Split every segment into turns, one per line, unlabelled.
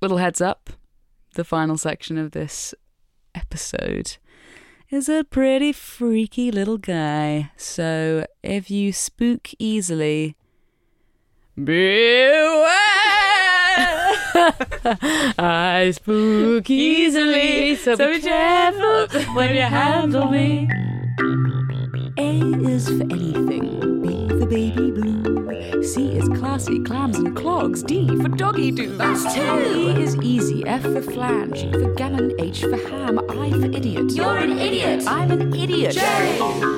Little heads up the final section of this episode is a pretty freaky little guy. So if you spook easily, beware! I spook easily, so, be careful when you handle me. A is for anything. B for baby blue. C is classy, clams and clogs. D for doggy do. That's two. E is easy. F for flange. G for gammon. H for ham. I for idiot. You're an idiot. I'm an idiot. J.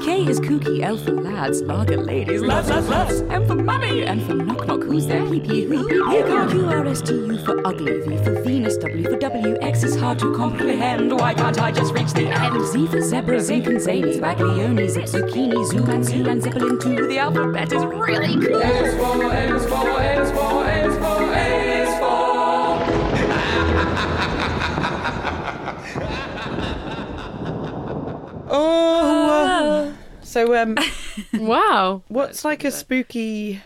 K is kooky. L for lads. R for ladies. Lads, lads, lads. M for mummy. N for knock knock. Who's there? Pee pee who? Pee pee. Q R S T U for ugly. V for Venus. W for W. X is hard to comprehend. Why can't I just reach the end? Z for zebra. Zinc and zany. Baglioni. Zip zucchini. Zoom and zoo and zippelin too. The alphabet is really cool.
Oh. uh, So um,
Wow.
what's like a spooky?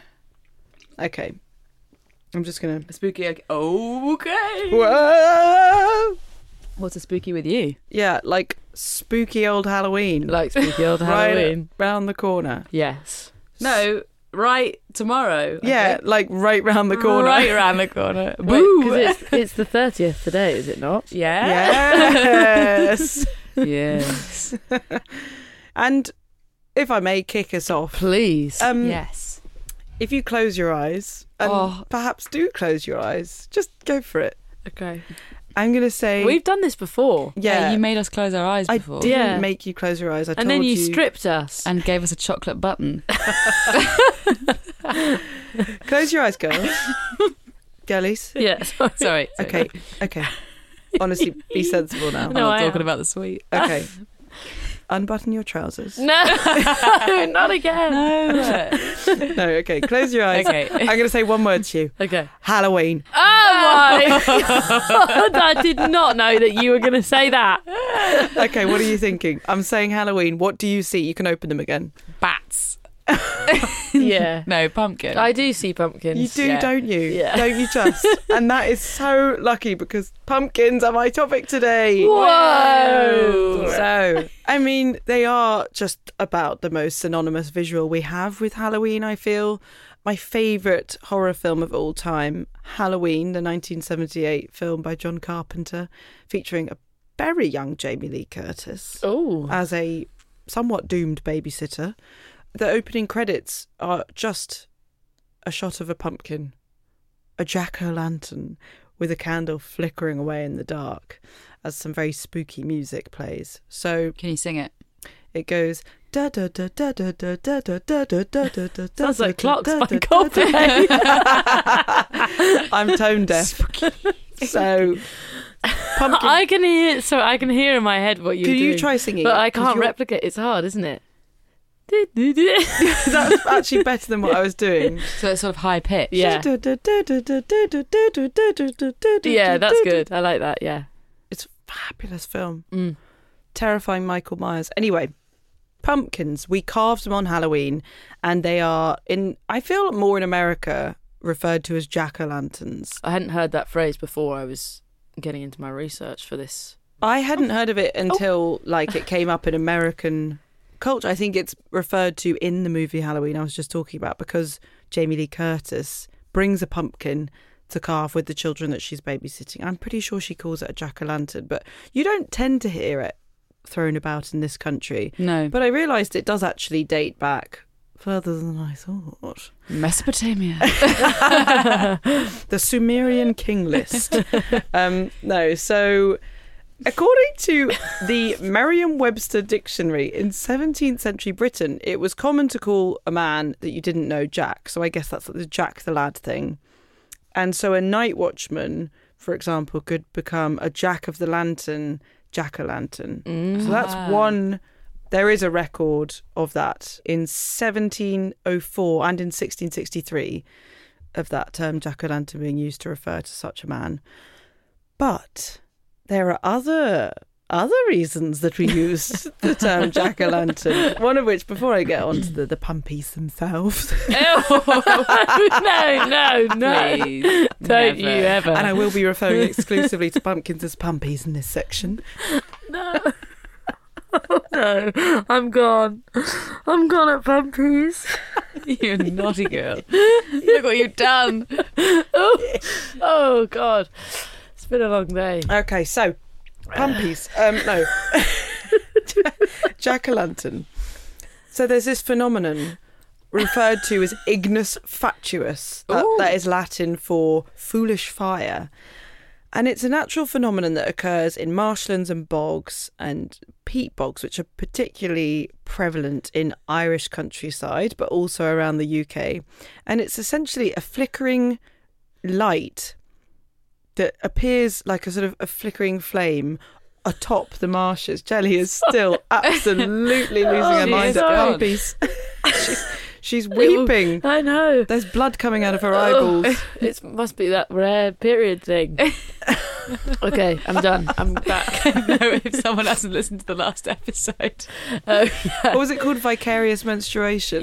Okay, I'm just gonna.
Spooky. Okay. okay.
Whoa!
What's a spooky with you?
Yeah, like spooky old Halloween,
Like spooky old Halloween.
right round the corner.
Yes.
No, right tomorrow. I
Yeah,
think.
like right round the corner.
Right around the corner. Boo.
Because it's, it's the 30th today, is it not?
yeah.
Yes.
Yes.
and if I may kick us off,
Please.
um,
yes.
if you close your eyes and
Oh.
perhaps do close your eyes, just go for it.
okay.
I'm gonna say
We've done this before.
yeah.
you made us close our eyes
I
before.
didn't
Yeah.
make you close your eyes. I
and then
told
you, stripped us.
And gave us a chocolate button.
Close your eyes, girls. Girlies.
yeah. Sorry.
Sorry. sorry.
Okay. Okay. Honestly, be sensible now.
I'm
No,
not
I
talking
am.
about the sweet.
Okay. Unbutton your trousers.
No, not again.
No, okay. Close your eyes.
Okay.
I'm going to say one word to you
Okay.
Halloween.
Oh my god! I did not know that you were going to say that.
Okay, what are you thinking? I'm saying Halloween. What do you see? You can open them again.
Bats.
Yeah.
No, pumpkin.
I do see pumpkins.
You do,
Yeah.
don't you?
Yeah.
Don't you just? and that is so lucky because pumpkins are my topic today.
Whoa!
So, I mean, they are just about the most synonymous visual we have with Halloween, I feel. My favourite horror film of all time, Halloween, the 1978 film by John Carpenter, featuring a very young Jamie Lee Curtis
Oh.
as a somewhat doomed babysitter. The opening credits are just a shot of a pumpkin, a jack o' lantern with a candle flickering away in the dark as some very spooky music plays. So
Can you sing it?
it goes. da da da da da da da da da da da da da
Sounds
da
like
da
clocks
da
by
da da
Coldplay.
da. I'm tone deaf. So, pumpkin.
I can hear. So I can hear in my head what you.
Can you try singing
But
it?
I
'Cause
can't
you're-
replicate. It's hard, isn't it?
That's actually better than what I was doing.
So it's sort of high pitch.
yeah. Yeah,
Yeah,
that's good. I like that. Yeah.
It's a fabulous film. Terrifying Michael Myers. Anyway, pumpkins. We carved them on Halloween, and they are in. I feel more in America referred to as jack o' lanterns.
I hadn't heard that phrase before. I was getting into my research for this.
I hadn't heard of it until like it came up in American culture. I think it's referred to in the movie Halloween I was just talking about because Jamie Lee Curtis brings a pumpkin to carve with the children that she's babysitting. I'm pretty sure she calls it a jack o' lantern, but you don't tend to hear it thrown about in this country.
No.
But I realised it does actually date back further than I thought
Mesopotamia.
the Sumerian king list. um, no, so according to the Merriam-Webster dictionary in 17th century Britain, it was common to call a man that you didn't know Jack. So I guess that's the Jack the lad thing. And so a night watchman, for example, could become a Jack of the lantern, Jack o' lantern. So
Oh,
that's one. There is a record of that in 1704 and in 1663 of that term jack o' lantern being used to refer to such a man. But there are other other reasons that we used the term jack o' lantern. One of which, before I get onto the, the pumpies themselves,
no, no, no.
Please,
Don't you
never.
ever.
and I will be referring exclusively to pumpkins as pumpies in this section.
No. no, I'm gone. I'm gone at Pampies.
You naughty girl. Look what you've done.
Oh, oh God. It's been a long day.
Okay, so pumpies. Um, no, jack o' lantern. So there's this phenomenon referred to as ignis fatuus. That,
Ooh.
that is Latin for foolish fire. And it's a natural phenomenon that occurs in marshlands and bogs and peat bogs, which are particularly prevalent in Irish countryside, but also around the UK. And it's essentially a flickering light that appears like a sort of a flickering flame atop the marshes. Jelly is still absolutely losing her
Oh,
she
mind
is
at
gone.
Bumpy's. she's, she's
will- Oh.
weeping.
I know.
There's blood coming out of her eyeballs.
It must be that rare period thing. okay, I'm done.
Um,
I'm back.
no, if someone hasn't listened to the last episode.
Oh,
Or was it called vicarious menstruation?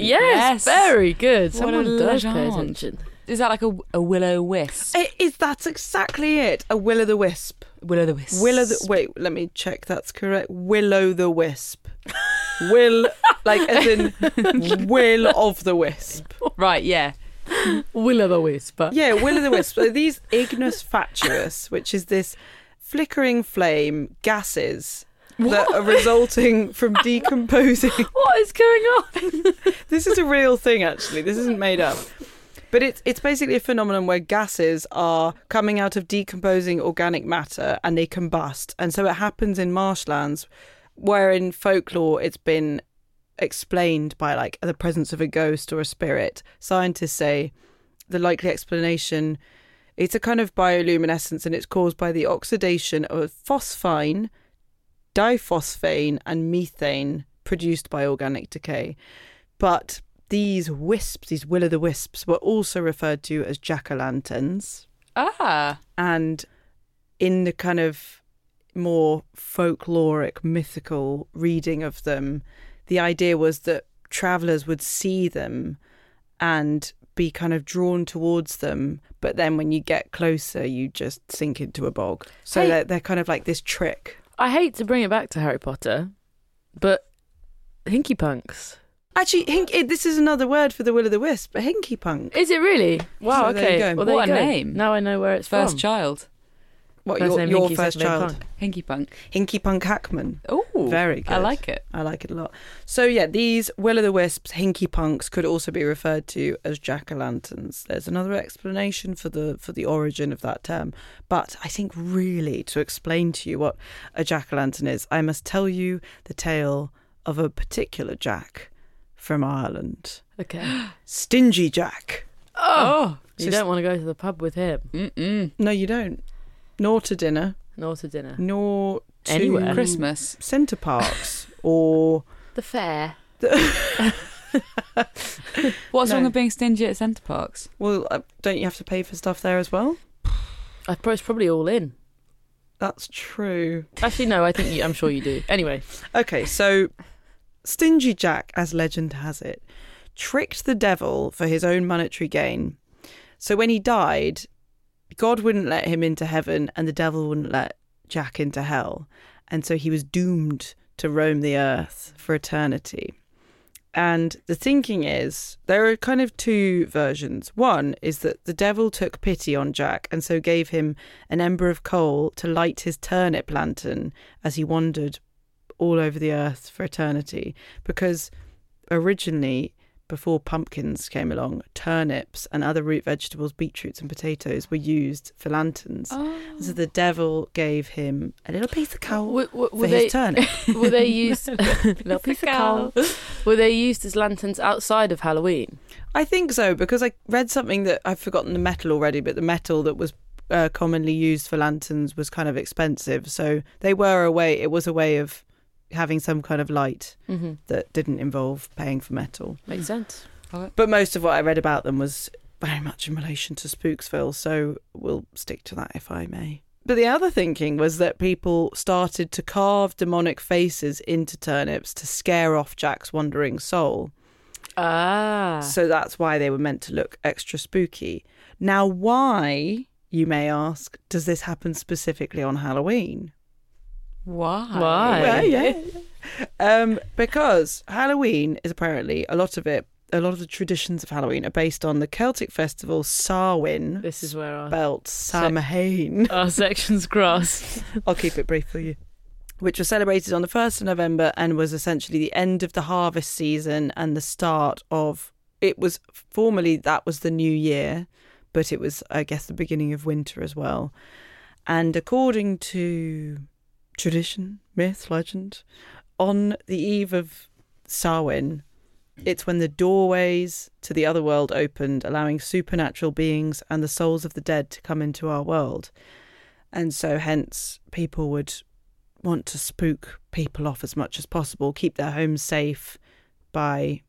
Yes.
yes, very
What
good.
a
Someone does pay
legend.
attention.
Is that like a, a willow wisp?
It is. That's exactly it. A will o' the wisp.
Willow the wisp.
Will o' the wait. Let me check. That's correct. Will o' the wisp. Will like as in will of the wisp.
Right, yeah.
Will of the Whisper.
Yeah, will o' the wisp. So these ignis fatuus, which is this flickering flame gases that are resulting from decomposing
What is going on?
this is a real thing actually this isn't made up but it's it's basically a phenomenon where gases are coming out of decomposing organic matter and they combust and so it happens in marshlands where in folklore it's been explained by like the presence of a ghost or a spirit scientists say the likely explanation it's a kind of bioluminescence and it's caused by the oxidation of phosphine diphosphane and methane produced by organic decay but these wisps, these will o' the wisps, were also referred to as jack o' lanterns.
Ah.
And in the kind of more folkloric, mythical reading of them, the idea was that travelers would see them and be kind of drawn towards them. But then when you get closer, you just sink into a bog. So
Hey.
they're, they're kind of like this trick.
I hate to bring it back to Harry Potter, but Hinky Punks.
Actually, hink, eh, this is another word for the will o' the wisp, a hinky punk.
Is it really? Wow,
So
okay.
there you go.
Well, there
What
you
a
go.
name.
Now I know where it's
First
from.
child.
What,
First
your,
name
your
Hinky,
first
second name
child?
Punk.
Hinky punk.
Hinky Punk Hackman.
Oh.
Very good.
I like it.
I like it a lot. So yeah, these Will o' the Wisps, Hinky Punks could also be referred to as jack o' lanterns. There's another explanation for the for the origin of that term. But I think really to explain to you what a jack o' lantern is, I must tell you the tale of a particular Jack from Ireland.
Okay.
Stingy Jack.
Oh.
You
Just-
don't want to go to the pub with him,
Mm-mm.
No, you don't. Nor to dinner,
nor to dinner.
nor to
Anywhere.
Christmas.
Centre parks or
The fair.
What's
No.
wrong with being stingy at centre parks?
well, uh, don't you have to pay for stuff there as well?
I pro- It's probably all in.
That's true.
Actually, no, I think you, I'm sure you do. Anyway,
Okay, so Stingy Jack, as legend has it, tricked the devil for his own monetary gain. So when he died, God wouldn't let him into heaven and the devil wouldn't let Jack into hell. And so he was doomed to roam the earth for eternity. And the thinking is there are kind of two versions. One is that the devil took pity on Jack and so gave him an ember of coal to light his turnip lantern as he wandered all over the earth for eternity because originally before pumpkins came along turnips and other root vegetables beetroots and potatoes were used for lanterns
Oh.
so the devil gave him a little piece of coal
were, Oh, were,
for
were
his
they
turnip
were they used little piece of
cow.
cow. Were they used as lanterns outside of Halloween?
i think so because i read something that i've forgotten the metal already but the metal that was uh, commonly used for lanterns was kind of expensive so they were a way it was a way of having some kind of light
Mm-hmm.
that didn't involve paying for metal
Makes sense.
oh,
But most of what I read about them was very much in relation to Spooksville, so we'll stick to that if I may. But the other thinking was that people started to carve demonic faces into turnips to scare off Jack's wandering soul.
Ah.
So that's why they were meant to look extra spooky. Now, why, you may ask, does this happen specifically on Halloween?
Why?
Why?
Well, yeah. um, because Halloween is apparently a lot of it, a lot of the traditions of Halloween are based on the Celtic festival Samhain,
This is where our,
spelt Samhain.
our sections cross.
I'll keep it brief for you. Which was celebrated on the 1st of November and was essentially the end of the harvest season and the start of it was formerly that was the new year, but it was, I guess, the beginning of winter as well. And according to tradition, myth, legend, on the eve of Samhain, it's when the doorways to the other world opened, allowing supernatural beings and the souls of the dead to come into our world and so hence people would want to spook people off as much as possible, keep their homes safe by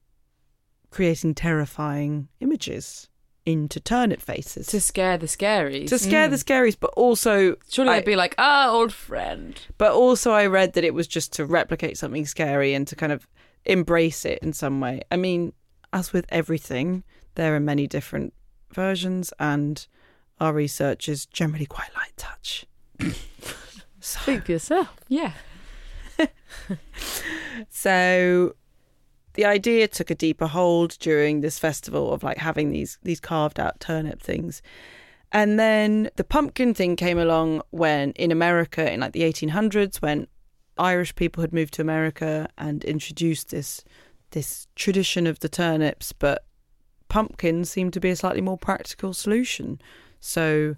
creating terrifying images into turnip faces
To
to,
scare the scaries.
scare the scaries, but also
Surely
I-
they'd be like, ah, old friend.
but also I read that it was just to replicate something scary and to kind of embrace it in some way. I mean, as with everything, there are many different versions, and our research is generally quite light touch. so,
Think for yourself.
Yeah.
So the idea took a deeper hold during this festival of like having these these carved out turnip things. And then the pumpkin thing came along when in America in like the 1800s when Irish people had moved to America and introduced this this tradition of the turnips, but pumpkins seemed to be a slightly more practical solution. So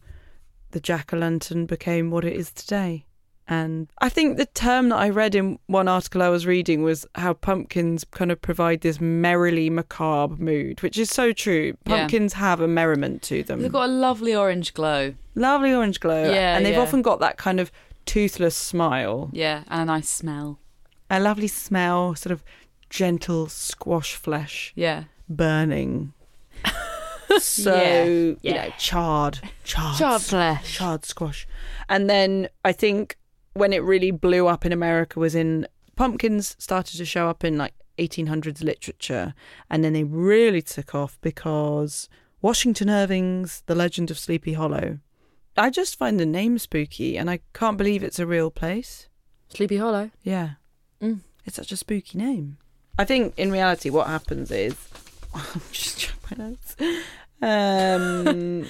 the jack-o'-lantern became what it is today. And I think the term that I read in one article I was reading was how pumpkins kind of provide this merrily macabre mood, which is so true.
Yeah.
Pumpkins have a merriment to them.
They've got a lovely orange glow.
Lovely orange glow.
Yeah,
and they've
yeah.
often got that kind of toothless smile,
Yeah. And a nice smell.
a lovely smell, sort of gentle squash flesh
Yeah.
burning. so,
Yeah,
you
yeah.
know, charred, charred,
Chard flesh.
charred squash. And then I think when it really blew up in America was in pumpkins started to show up in like 1800s literature, and then they really took off because Washington Irving's The Legend of Sleepy Hollow. I just find the name spooky, and I can't believe it's a real place.
Sleepy Hollow.
Yeah.
Mm.
It's such a spooky name. I think in reality, what happens is. I'm just checking my notes. Um,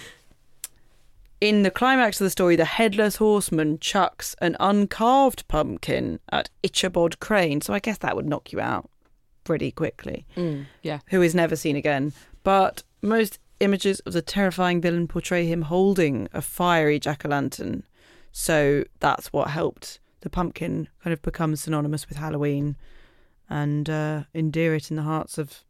in the climax of the story, the headless horseman chucks an uncarved pumpkin at Ichabod Crane. So I guess that would knock you out pretty quickly,
Yeah.
who is never seen again. But most images of the terrifying villain portray him holding a fiery jack o' lantern. So that's what helped the pumpkin kind of become synonymous with Halloween and uh, endear it in the hearts of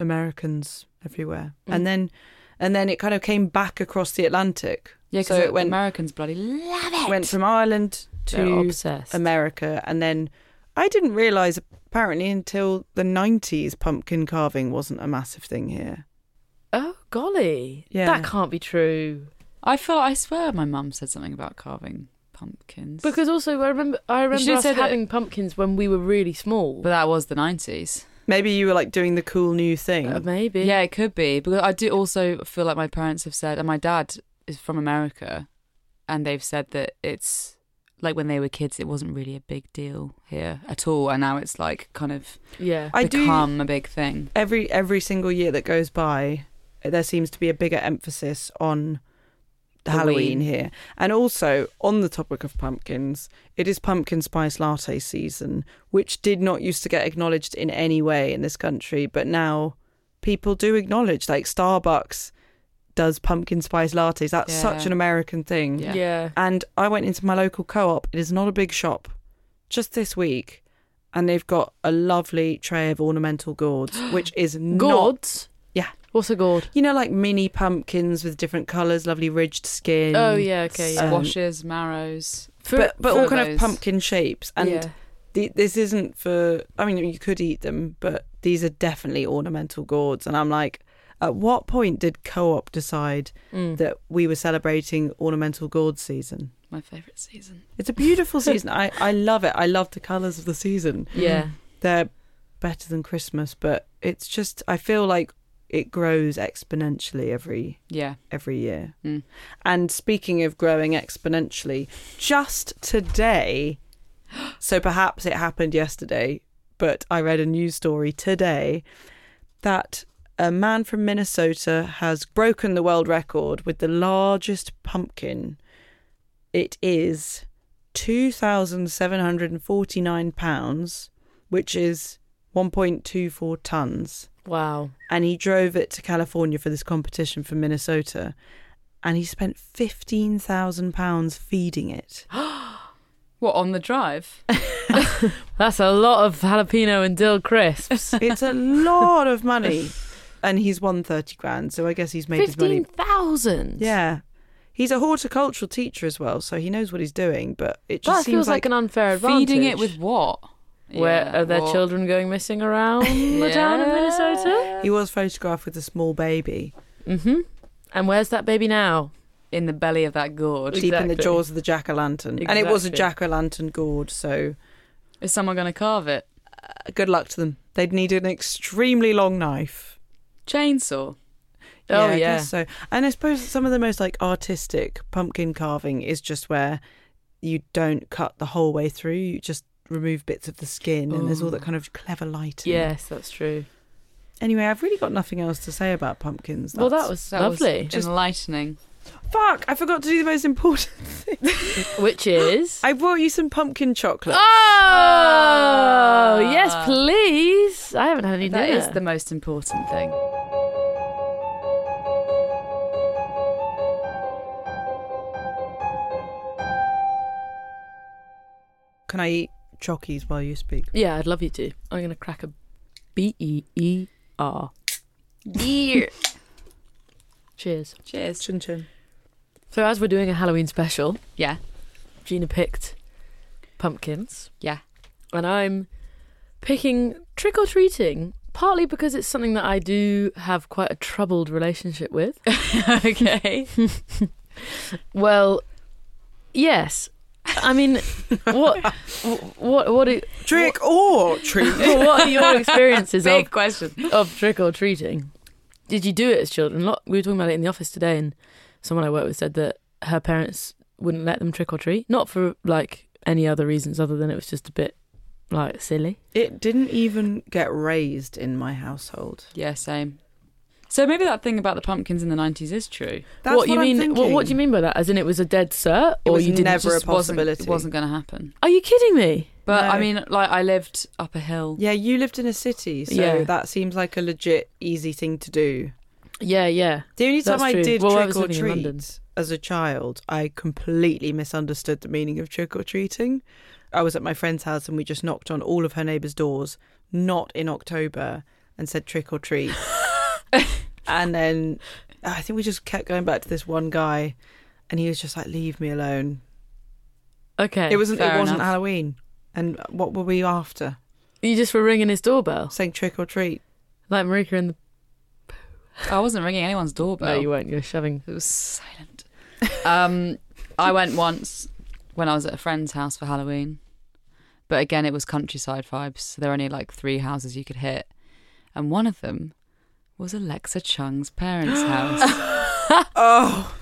Americans everywhere. And then and then it kind of came back across the Atlantic.
Yeah.
so
Because
it went
Americans bloody love it.
went from Ireland
They're
to
obsessed.
America and then I didn't realize apparently until the 90s pumpkin carving wasn't a massive thing here.
oh, golly.
Yeah.
That can't be true.
I felt. I swear, my mum said something about carving pumpkins.
Because also, I remember, I remember
should've
us
said that-
having pumpkins when we were really small.
but that was the nineties.
Maybe you were like doing the cool new thing.
Uh, maybe.
Yeah, it could be. Because I do also feel like my parents have said, and my dad is from America, and they've said that it's like when they were kids, it wasn't really a big deal here at all, and now it's like kind of
Yeah.
I do
become a big thing.
every every single year that goes by, there seems to be a bigger emphasis on
Halloween.
Halloween here, and also on the topic of pumpkins, it is pumpkin spice latte season, which did not used to get acknowledged in any way in this country, but now people do acknowledge. Like Starbucks does pumpkin spice lattes. That's
Yeah.
such an American thing.
Yeah.
yeah.
And I went into my local co op. It is not a big shop. Just this week. And they've got a lovely tray of ornamental gourds, which is not.
Gourds?
Yeah.
What's a gourd?
You know, like mini pumpkins with different colours, lovely ridged skin.
oh, yeah, okay. Yeah.
Um,
Squashes, marrows.
For-
But, but all
for
kind of
those.
pumpkin shapes. And
yeah.
the, this isn't for. I mean, you could eat them, but these are definitely ornamental gourds. And I'm like, At what point did co-op decide
Mm.
that we were celebrating ornamental gourd season?
My favourite season.
It's a beautiful season. I, I love it. I love the colours of the season.
Yeah.
They're better than Christmas, but it's just I feel like it grows exponentially every
Yeah.
every year.
Mm.
And speaking of growing exponentially, just today, so perhaps it happened yesterday, but I read a news story today that a man from Minnesota has broken the world record with the largest pumpkin. It is 2,749 pounds, which is 1.24 tons
Wow.
and he drove it to California for this competition from Minnesota, and he spent fifteen thousand pounds feeding it.
What on the drive?
That's a lot of jalapeno and dill crisps.
It's a lot of money, and he's won thirty grand, so I guess he's made his money.
Fifteen thousand.
Yeah, he's a horticultural teacher as well, so he knows what he's doing. But it just
That
seems
feels like,
like,
an unfair advantage.
Feeding it with what?
Where
Yeah,
are there
what?
children going missing around the town of
Yeah.
Minnesota?
he was photographed with a small baby
Mm-hmm. And where's that baby now?
in the belly of that gourd?
deep in the
Exactly.
jaws of the jack o' lantern, and it was a jack
Exactly.
o' lantern gourd. So
Is someone going to carve it?
uh, good luck to them. They'd need an extremely long knife.
Chainsaw.
Oh,
I
yeah.
guess so. And I suppose some of the most like artistic pumpkin carving is just where you don't cut the whole way through, you just remove bits of the skin and there's all that
Oh.
Ooh.
kind of clever lighting.
Yes, that's true.
Anyway, I've really got nothing else to say about pumpkins.
well, that
That's-
was
That was
lovely.
enlightening.
Fuck, I forgot to do the most important.
Which is.
I brought you some pumpkin chocolate.
Oh, yes,
Ah.
please. I haven't had any
That
dinner.
is the most important thing.
Can I eat chockies while you speak?
Yeah, I'd love you to. I'm gonna crack a B E E R.
Yeah.
Cheers.
Cheers.
Chin chin.
So as we're doing a Halloween special,
Yeah.
Gina picked pumpkins.
Yeah.
And I'm picking trick or treating, partly because it's something that I do have quite a troubled relationship with.
okay.
well, yes. I mean, what, what, what, are,
Trick or treat.
what are your experiences of
Big question.
of trick or treating. Did you do it as children? Lot we were talking about it in the office today, and someone I work with said that her parents wouldn't let them trick or treat, not for like any other reasons other than it was just a bit like silly.
It didn't even get raised in my household.
Yeah, same. So maybe that thing about the pumpkins in the 90s is true.
That's what,
you
I'm
mean? What, what do
thinking.
you mean by that? As in, it was a dead cert,
It
or
was
you didn't?
never a
Just wasn't-
possibility.
It wasn't going to happen.
Are you kidding me?
But I
No.
mean, like, I lived up a hill.
Yeah, you lived in a city, so
Yeah.
that seems like a legit easy thing to do.
Yeah, yeah.
The only time
That's
I
true.
did
Well, I
trick
was
or
living in London.
treat as a child, I completely misunderstood the meaning of trick or treating. I was at my friend's house and we just knocked on all of her neighbours' doors, not in October, and said trick or treat. and then uh, I think we just kept going back to this one guy, and he was just like, "Leave me alone."
Okay,
It wasn't. It
fair
wasn't
enough.
Halloween. And what were we after?
you just were ringing his doorbell
Saying trick or treat.
like Marika in the.
I wasn't ringing anyone's doorbell.
No, you weren't. You were shoving.
It was silent. um, I went once when I was at a friend's house for Halloween, but again, it was countryside vibes. So there were only like three houses you could hit, and one of them was Alexa Chung's parents' house.
Oh,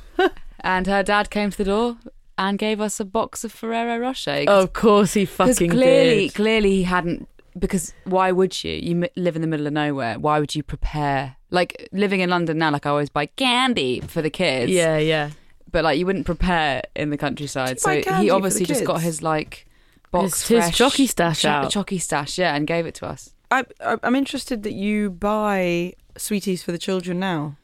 and her dad came to the door and gave us a box of Ferrero Rocher.
Oh, Of course, he
Because
fucking
clearly,
did.
clearly he hadn't. Because why would you? You m- live in the middle of nowhere. Why would you prepare? Like living in London now, like I always buy candy for the kids.
Yeah, yeah.
but like you wouldn't prepare in the countryside.
Did you
So
buy candy
he
for
obviously
the
just got
kids?
his like box
His- his
fresh
jockey stash
cho-
out.
jockey stash, yeah, and gave it to us.
I, I- I'm interested that you buy sweeties for the children now.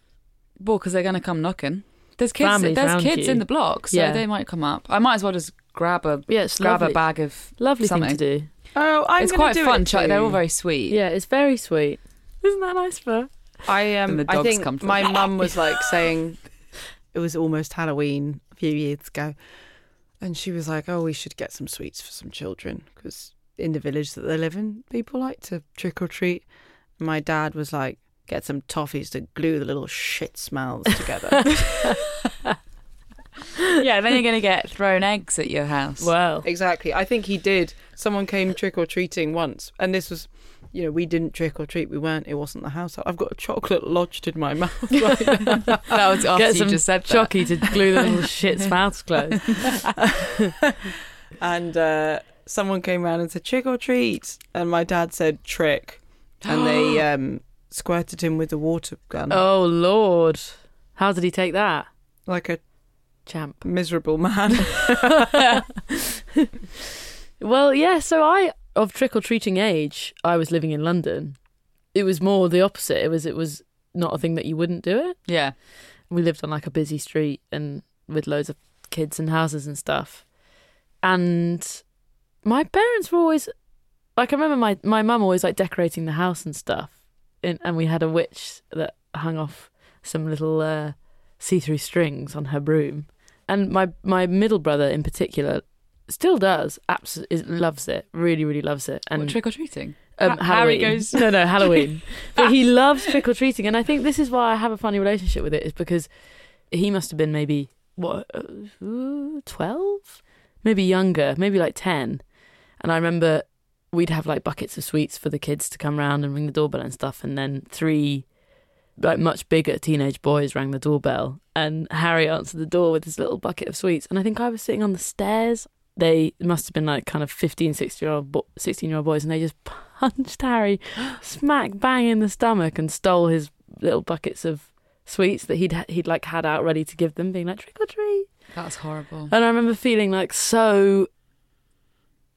Well, because they're gonna come knocking. There's kids.
Families
there's
round
kids
you.
in the block, so
Yeah.
they might come up. I might as well just grab a
Yeah, it's
grab
lovely.
a bag of.
lovely
something.
thing to do.
Oh, I'm
it's
gonna
quite
do
fun.
it
Chuck.
too.
They're all very sweet.
Yeah, it's very sweet. Isn't that nice, for?
I um,
And the
I
dogs
think
come from-
my mum was like saying it was almost Halloween a few years ago, and she was like, "Oh, we should get some sweets for some children because in the village that they live in, people like to trick or treat." My dad was like, get some toffees to glue the little shit smells together.
yeah, then you're going to get thrown eggs at your house.
Wow.
exactly. I think he did. Someone came trick or treating once, and this was, you know, we didn't trick or treat. We weren't. It wasn't the house. I've got a chocolate lodged in my mouth. Right now.
That was after
Get
you
some
just said that.
Chucky to glue the little shit's mouths closed.
and uh, someone came round and said trick or treat, and my dad said trick, and they um, squirted him with a water gun
Oh lord, how did he take that,
like a
champ?
miserable man.
Well, yeah. So I of trick or treating age, I was living in London. It was more the opposite. It was it was not a thing that you wouldn't do it.
Yeah.
we lived on like a busy street and with loads of kids and houses and stuff. And my parents were always like I remember my my mum always like decorating the house and stuff. And, and we had a witch that hung off some little uh, see-through strings on her broom. And my my middle brother in particular still does absolutely loves it. Really really loves it. And
What, trick or treating.
um,
Ha- Harry
Halloween.
goes-
No, no, Halloween. but he loves trick or treating, and I think this is why I have a funny relationship with it. Is because he must have been maybe what uh, twelve, maybe younger, maybe like ten. And I remember we'd have like buckets of sweets for the kids to come round and ring the doorbell and stuff, and then three like much bigger teenage boys rang the doorbell and Harry answered the door with his little bucket of sweets and I think I was sitting on the stairs they must have been like kind of 15 16 year old bo- 16 year old boys and they just punched Harry smack bang in the stomach and stole his little buckets of sweets that he'd he'd like had out ready to give them being like trick or treat
That's horrible.
and I remember feeling like so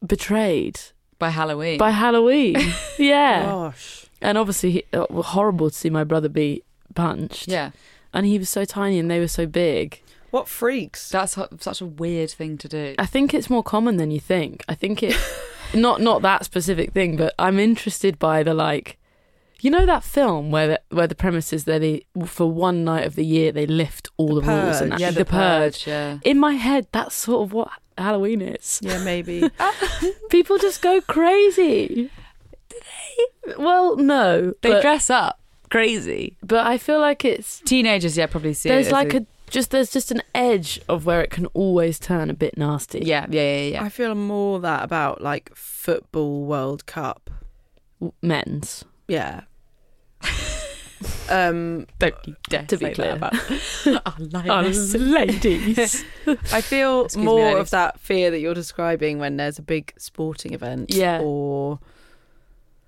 betrayed
By Halloween.
by Halloween yeah
Oh. Gosh.
and obviously he, uh, horrible to see my brother be punched
yeah.
and he was so tiny and they were so big.
What freaks?
That's ho- such a weird thing to do.
I think it's more common than you think. I think it not not that specific thing, but I'm interested by the like you know that film where the, where the premise is that they for one night of the year they lift all the,
The
rules and
Purge.
that,
yeah,
the, purge.
Yeah.
In my head that's sort of what Halloween is.
Yeah, maybe.
People just go crazy. Do they? Well, no.
They
but,
dress up crazy.
but I feel like it's
Teenagers, yeah, probably see
there's
it. as
like a just there's just an edge of where it can always turn a bit nasty.
Yeah, yeah, yeah, yeah.
I feel more that about like football World Cup.
W- men's.
Yeah. um,
Don't you dare
To be
say
clear.
that about
Us ladies.
I feel
Excuse me,
more
ladies.
of that fear that you're describing when there's a big sporting event,
Yeah.
or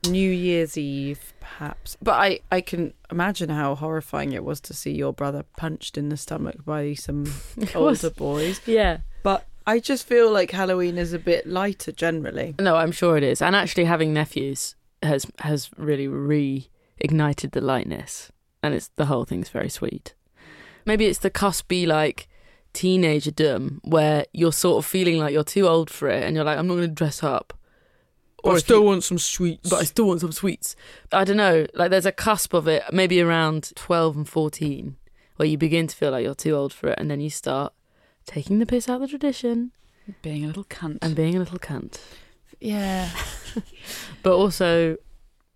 New Year's Eve, perhaps. But I, I can imagine how horrifying it was to see your brother punched in the stomach by some
was.
older boys.
yeah.
But I just feel like Halloween is a bit lighter generally.
No, I'm sure it is. And actually having nephews has has really reignited the lightness. And it's the whole thing's very sweet. Maybe it's the cuspy like teenagerdom where you're sort of feeling like you're too old for it and you're like, I'm not gonna dress up. if you-
want some sweets.
but I still want some sweets. I don't know. Like there's a cusp of it, maybe around 12 and 14, where you begin to feel like you're too old for it, and then you start taking the piss out of the tradition
being a little cunt.
and being a little cunt.
yeah.
But also,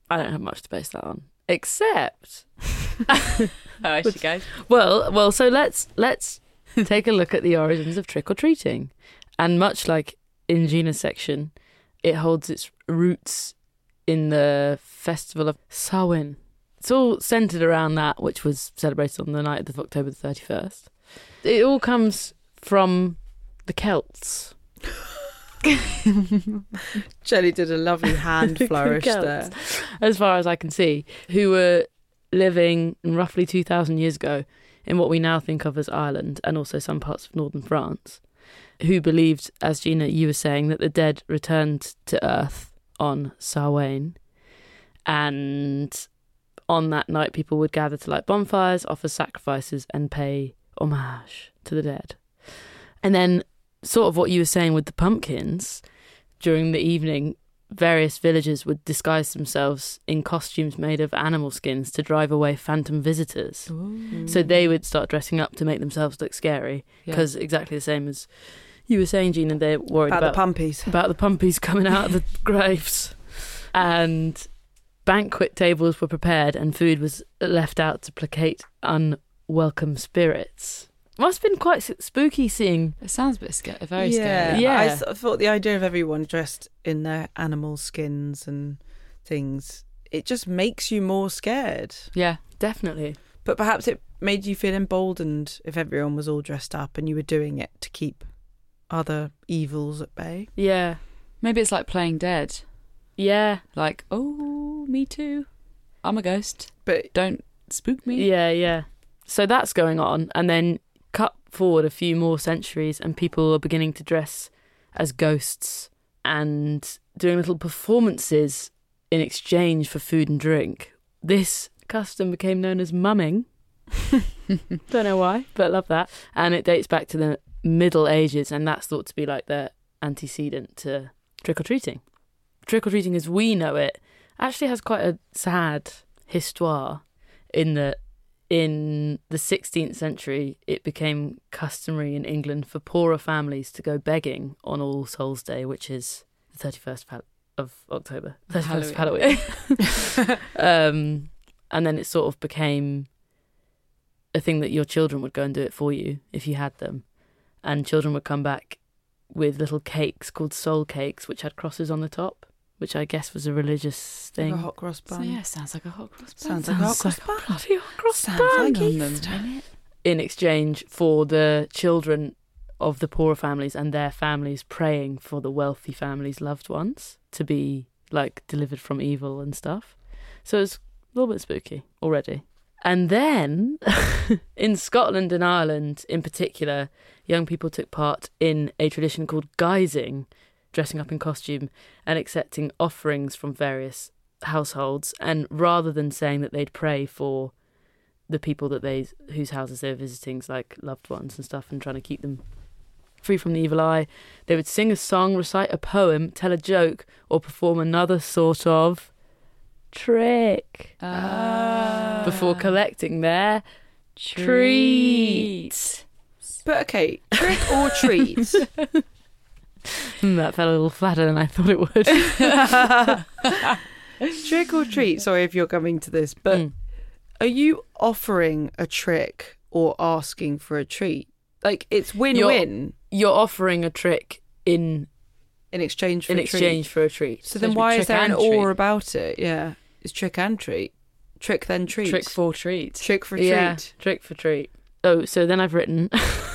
I don't have much to base that on, except
oh, I should go.
well, well. So let's let's take a look at the origins of trick or treating, and much like in Gina's section, it holds its roots in the festival of Samhain. It's all centered around that, which was celebrated on the night of October the thirty first. It all comes from the Celts.
Jelly did a lovely hand flourish
Girls.
there.
as far as I can see, who were living roughly 2,000 years ago in what we now think of as Ireland and also some parts of northern France, who believed, as Gina, you were saying, that the dead returned to Earth on Samhain. And on that night, people would gather to light bonfires, offer sacrifices, and pay homage to the dead. And then, sort of what you were saying with the pumpkins during the evening, various villagers would disguise themselves in costumes made of animal skins to drive away phantom visitors. So they would start dressing up to make themselves look scary
Yeah.
because exactly the same as you were saying, Gina, they're worried
About
about,
the pumpies.
about the pumpies coming out of the graves. And banquet tables were prepared and food was left out to placate unwelcome spirits. Must have been quite s- spooky seeing.
It sounds a bit sca- very
yeah.
scary.
Yeah.
I sort of thought the idea of everyone dressed in their animal skins and things, it just makes you more scared.
Yeah.
Definitely.
But perhaps it made you feel emboldened if everyone was all dressed up and you were doing it to keep other evils at bay.
Yeah.
Maybe it's like playing dead.
Yeah.
Like, oh, me too. I'm a ghost.
But
Don't spook me.
Yeah, yeah. So that's going on. And then cut forward a few more centuries, and people are beginning to dress as ghosts and doing little performances in exchange for food and drink. This custom became known as mumming. Don't know why, but love that. And it dates back to the Middle Ages, and that's thought to be like the antecedent to trick or treating. Trick or treating, as we know it, actually has quite a sad histoire in the in the 16th century it became customary in England for poorer families to go begging on All Souls Day which is the 31st of Hal- of October 31st of Halloween um and then it sort of became a thing that your children would go and do it for you if you had them and children would come back with little cakes called soul cakes which had crosses on the top which I guess was a religious
Like
thing
a hot cross
So,
bun.
yeah, sounds like a hot cross bun.
Sounds like a hot
Sounds
cross bun.
bloody hot cross
Sounds
bun.
like
Keith,
on them.
don't it?
in exchange for the children of the poorer families and their families praying for the wealthy families' loved ones to be like delivered from evil and stuff. So it's a little bit spooky already. And then in Scotland and Ireland in particular, young people took part in a tradition called guising, dressing up in costume and accepting offerings from various households. And rather than saying that they'd pray for the people that they whose houses they were visiting, like loved ones and stuff, and trying to keep them free from the evil eye. They would sing a song, recite a poem, tell a joke, or perform another sort of trick
Ah.
before collecting their treat.
But okay, trick or treat.
Hmm, that fell a little flatter than I thought it would.
trick or treat. Sorry if you're coming to this, but
Mm.
are you offering a trick or asking for a treat? Like it's win-win
You're offering a trick in
in exchange for
in
a treat.
exchange for a treat.
Supposed
So
to
then
be
why
trick
is there an
and treat.
awe about it? Yeah, it's trick and treat. Trick then treat.
Trick for treat.
trick for
Yeah,
treat.
trick for treat. Oh, so then I've written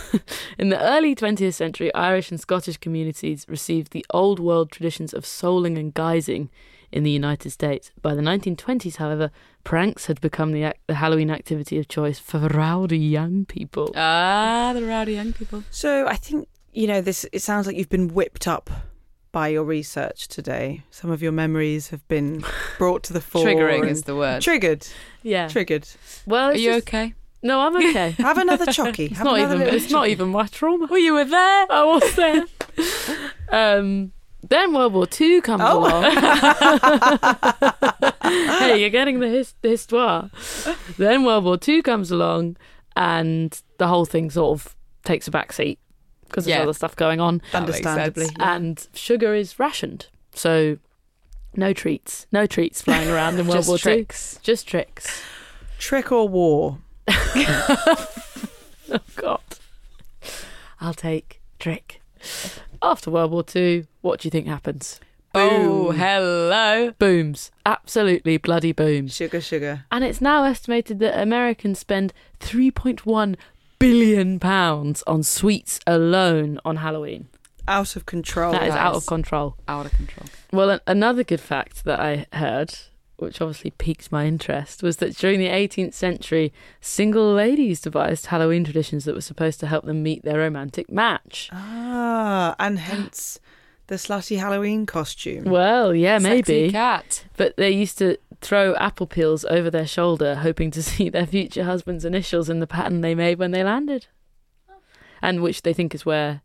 in the early 20th century, Irish and Scottish communities received the old world traditions of souling and guising in the United States. By the 1920s, however, pranks had become the, ac- the Halloween activity of choice for rowdy young people.
Ah, the rowdy young people.
So I think you know this. It sounds like you've been whipped up by your research today. Some of your memories have been brought to the fore.
Triggering
and-
is the word.
triggered.
yeah.
Triggered.
Well,
Are
it's
you
just-
okay?
no, I'm okay.
Have another chocky.
It's
Have
not
another
even.
little
It's not
chocky.
even my trauma.
Well, you were there.
I was there. um, then World War Two comes
Oh.
along. hey, you're getting the, his- the histoire. Then World War Two comes along, and the whole thing sort of takes a back seat because there's
Yeah.
other stuff going on,
That makes sense.
Understandably.
and sugar is rationed. So, no treats, no treats flying around in World
Just
War
tricks.
Two. Just tricks.
Trick or war?
Oh God. I'll take trick. After World War Two, what do you think happens?
Oh,
Boom.
hello.
booms, absolutely bloody booms.
Sugar, sugar.
And it's now estimated that Americans spend 3.1 billion pounds on sweets alone on Halloween.
Out of control.
that is
that
out
is-
of control.
Out of control.
Well, an- another good fact that I heard, which obviously piqued my interest, was that during the 18th century, single ladies devised Halloween traditions that were supposed to help them meet their romantic match.
Ah, and hence the slutty Halloween costume.
Well, yeah,
Oh. Sexy
Uh, maybe.
cat.
But they used to throw apple peels over their shoulder, hoping to see their future husband's initials in the pattern they made when they landed. And which they think is where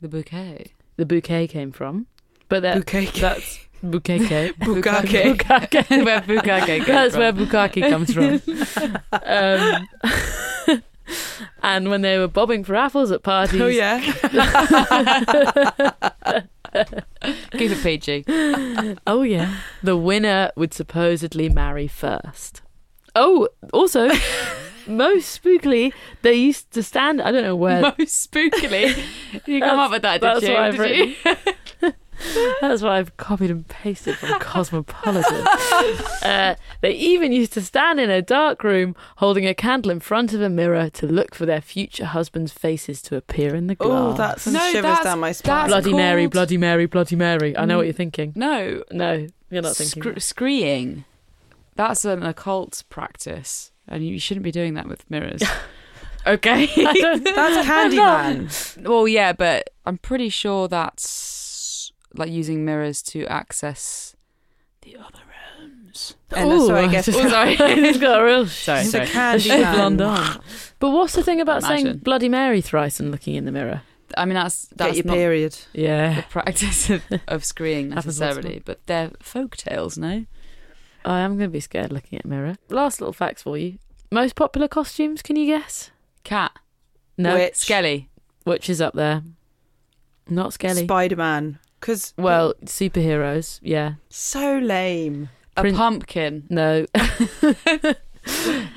The bouquet.
the bouquet came from. But that,
Bouquet.
that's bouquet.
Bukake.
Bukake.
where bouquet goes.
That's where bukkake comes from. um, and when they were Oh, bobbing for apples at parties,
Oh yeah.
Keep it PG.
Oh yeah. The winner would supposedly marry first. Oh, also, most spookily, they used to stand. I don't know where.
Most spookily. You come
That's-
up with that, did
that's
you?
what I've
Did
written.
you?
That's why I've copied and pasted from Cosmopolitan. uh, they even used to stand in a dark room holding a candle in front of a mirror to look for their future husbands' faces to appear in the
Oh,
glass.
that sends
No,
shivers
that's-
down my spine.
that's
Bloody Mary,
called-
Bloody Mary, Bloody Mary. I know what you're thinking.
No.
No, you're not thinking.
Scr- screeing. That's an occult practice. And you shouldn't be doing that with mirrors. okay.
I don't-
That's Candyman.
Well, yeah, but I'm pretty sure that's like using mirrors to access the other rooms.
And, uh, sorry, I
Ooh,
guess-
just-
Oh, sorry.
He's got a real sorry,
It's a
blonde
Candyman.
arm. But what's the thing about saying
Imagine.
Bloody Mary thrice and looking in the mirror?
I mean, that's
Get
that's
your
not
period.
the
Yeah,
practice of, of screeing
Happens once a
necessarily, but they're folk tales, no?
I am going to be scared looking at a mirror. Last little facts for you. Most popular costumes, can you guess?
Cat,
No,
Witch.
Skelly,
which is up there. Not Skelly.
Spider Man. Because
well, superheroes. Yeah,
so lame.
a
Prin-
pumpkin.
no.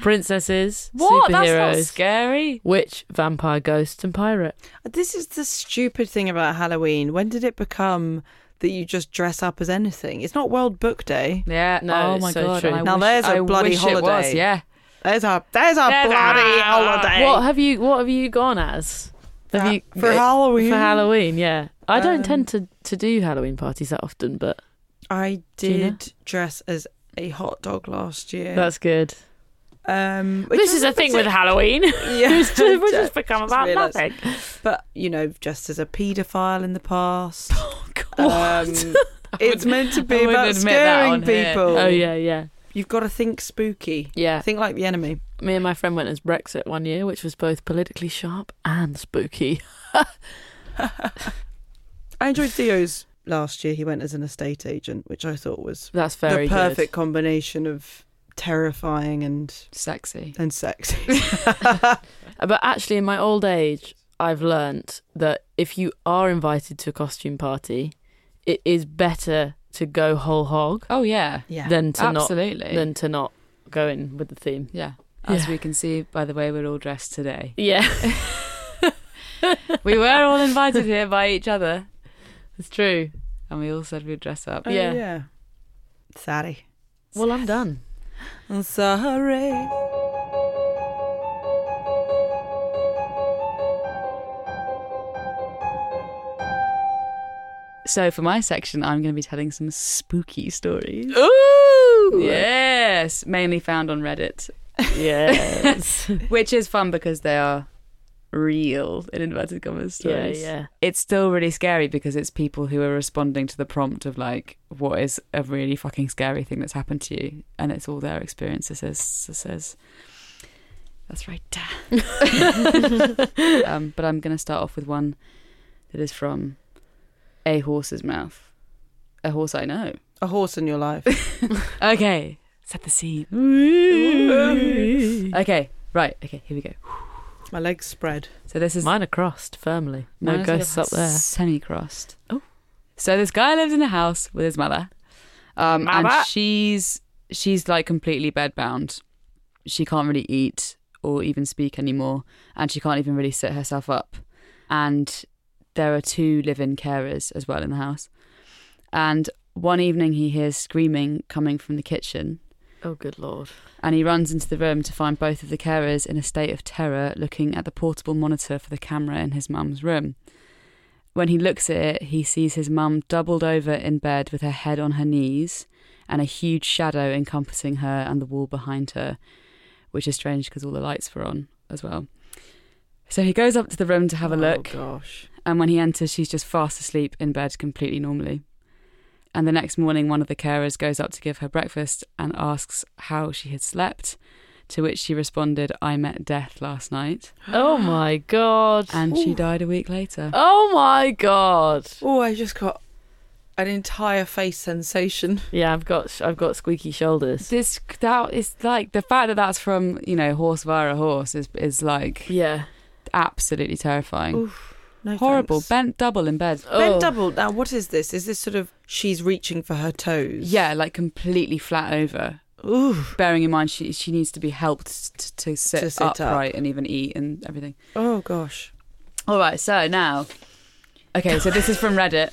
Princesses,
What? That's not
superheroes,
scary.
witch, vampire, ghost, and pirate.
This is the stupid thing about Halloween. When did it become that you just dress up as anything? It's not World Book Day.
Yeah.
No,
oh
it's
my
so
god.
true.
and I
Now
wish-
there's a
I
bloody
wish It was,
holiday.
yeah.
There's a there's a
There's a-
bloody holiday.
What have you? What have you gone as?
Uh,
Have
That-
you eh,
for Halloween?
For Halloween, yeah. I don't
Um,
tend to to do Halloween parties that often, but
I
Gina?
did dress as a hot dog last year.
that's good.
um, which
This is the
wasn't
thing with
partic-
Halloween.
Yeah,
it's just, we just become
just
about
realised.
nothing.
but you know, just as a paedophile in the past.
Oh,
What?
Um, it's meant to be
wouldn't
about
admit that
scaring
on here.
people.
Oh yeah, yeah,
You've got to think spooky.
yeah.
Think like the enemy.
Me and my friend went as Brexit one year, which was both politically sharp and spooky.
I enjoyed Theo's last year. He went as an estate agent, which I thought was
That's very
the perfect combination of terrifying and
Sexy.
and sexy.
good. Uh, But actually, in my old age, I've learnt that if you are invited to a costume party, it is better to go whole hog
Oh yeah.
yeah.
than to not
Absolutely.
than to not go in with the theme.
yeah. As
Yeah.
we can see by the way we're all dressed today.
Yeah,
We were all invited here by each other.
it's true.
And we all said we'd dress up.
Oh,
yeah.
yeah. Sorry.
Well, I'm done.
I'm sorry.
So for my section, I'm going to be telling some spooky stories.
Ooh,
Yes, mainly found on Reddit,
yes,
which is fun because they are real in inverted commas
yeah,
stories.
yeah.
It's still really scary because it's people who are responding to the prompt of like, what is a really fucking scary thing that's happened to you, and it's all their experiences. Says, says. That's right. um, but I'm going to start off with one that is from a horse's mouth, a horse I know.
A horse in your life.
Okay, set the scene. Okay, right. Okay, here we go.
My legs spread.
So this is
Mine are crossed firmly. No
mine's like
ghosts
a
up there.
Semi-crossed.
Oh.
So this guy lives in a house with his mother, um,
Mother?
and she's she's like completely bedbound. She can't really eat or even speak anymore, and she can't even really sit herself up. And there are two live-in carers as well in the house. And one evening, he hears screaming coming from the kitchen.
Oh, good lord.
and he runs into the room to find both of the carers in a state of terror looking at the portable monitor for the camera in his mum's room. When he looks at it, he sees his mum doubled over in bed with her head on her knees and a huge shadow encompassing her and the wall behind her, which is strange because all the lights were on as well. So he goes up to the room to have a look
Oh, gosh.
and when he enters, she's just fast asleep in bed completely normally. And the next morning, one of the carers goes up to give her breakfast and asks how she had slept, to which she responded, I met death last night.
Oh my god.
And she died a week later.
Oh my god.
Oh, I just got an entire face sensation.
Yeah, I've got I've got squeaky shoulders.
This that is like the fact that that's from you know horse via a horse is is like
Yeah.
absolutely terrifying.
Oof. No,
Horrible.
thanks.
Bent double in bed.
Bent
Oh.
double. Now, what is this? Is this sort of she's reaching for her toes?
Yeah, like completely flat over.
Ooh.
Bearing in mind she she needs to be helped to, to, sit,
To sit up.
upright and even eat and everything.
Oh gosh.
All right, so now, okay, so this is from Reddit.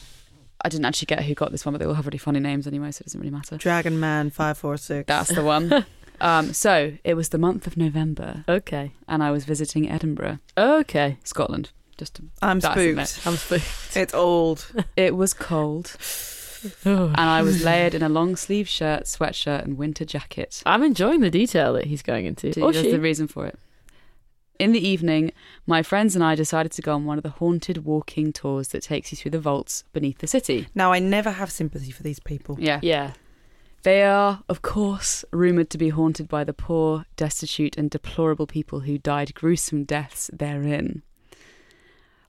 I didn't actually get who got this one, but they all have really funny names anyway, so it doesn't really matter.
Dragon Man five four six.
That's the one. um, so it was the month of November,
Okay.
and I was visiting Edinburgh,
Okay.
Scotland. Just to,
I'm
That's in
spooked.
I'm spooked.
It's old.
it was cold,
Oh.
and I was layered in a long sleeve shirt, sweatshirt, and winter jacket.
I'm enjoying the detail that he's going into.
Do-
Or
There's
she.
the reason for it. In the evening, my friends and I decided to go on one of the haunted walking tours that takes you through the vaults beneath the city.
Now I never have sympathy for these people.
Yeah.
yeah.
They are, of course, rumoured to be haunted by the poor, destitute, and deplorable people who died gruesome deaths therein.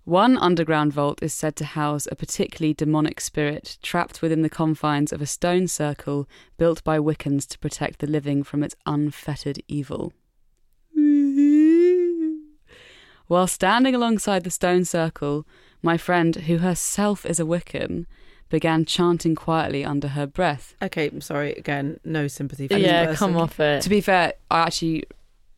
One underground vault is said to house a particularly demonic spirit trapped within the confines of a stone circle built by Wiccans to protect the living from its unfettered evil. While standing alongside the stone circle, my friend, who herself is a Wiccan, began chanting quietly under her breath.
Okay, I'm sorry again. No sympathy for this
Yeah,
person.
come off it.
To be fair, I actually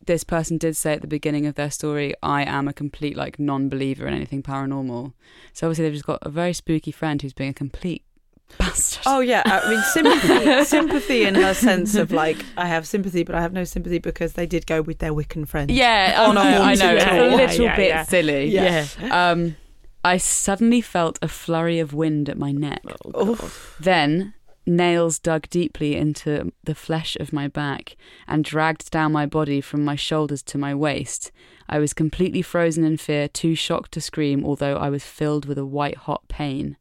this person did say at the beginning of their story, I am a complete like non-believer in anything paranormal. So obviously they've just got a very spooky friend who's being a complete bastard.
Oh yeah, I mean sympathy, sympathy in her sense of like I have sympathy, but I have no sympathy because they did go with their Wiccan friends.
yeah, I
On a
know, I
haunted
know. It's
tour.
a little
Yeah,
bit
yeah.
silly.
Yeah.
yeah.
Um, I suddenly felt a flurry of wind at my neck.
Oh,
Then nails dug deeply into the flesh of my back and dragged down my body from my shoulders to my waist. I was completely frozen in fear, too shocked to scream, although I was filled with a white hot pain.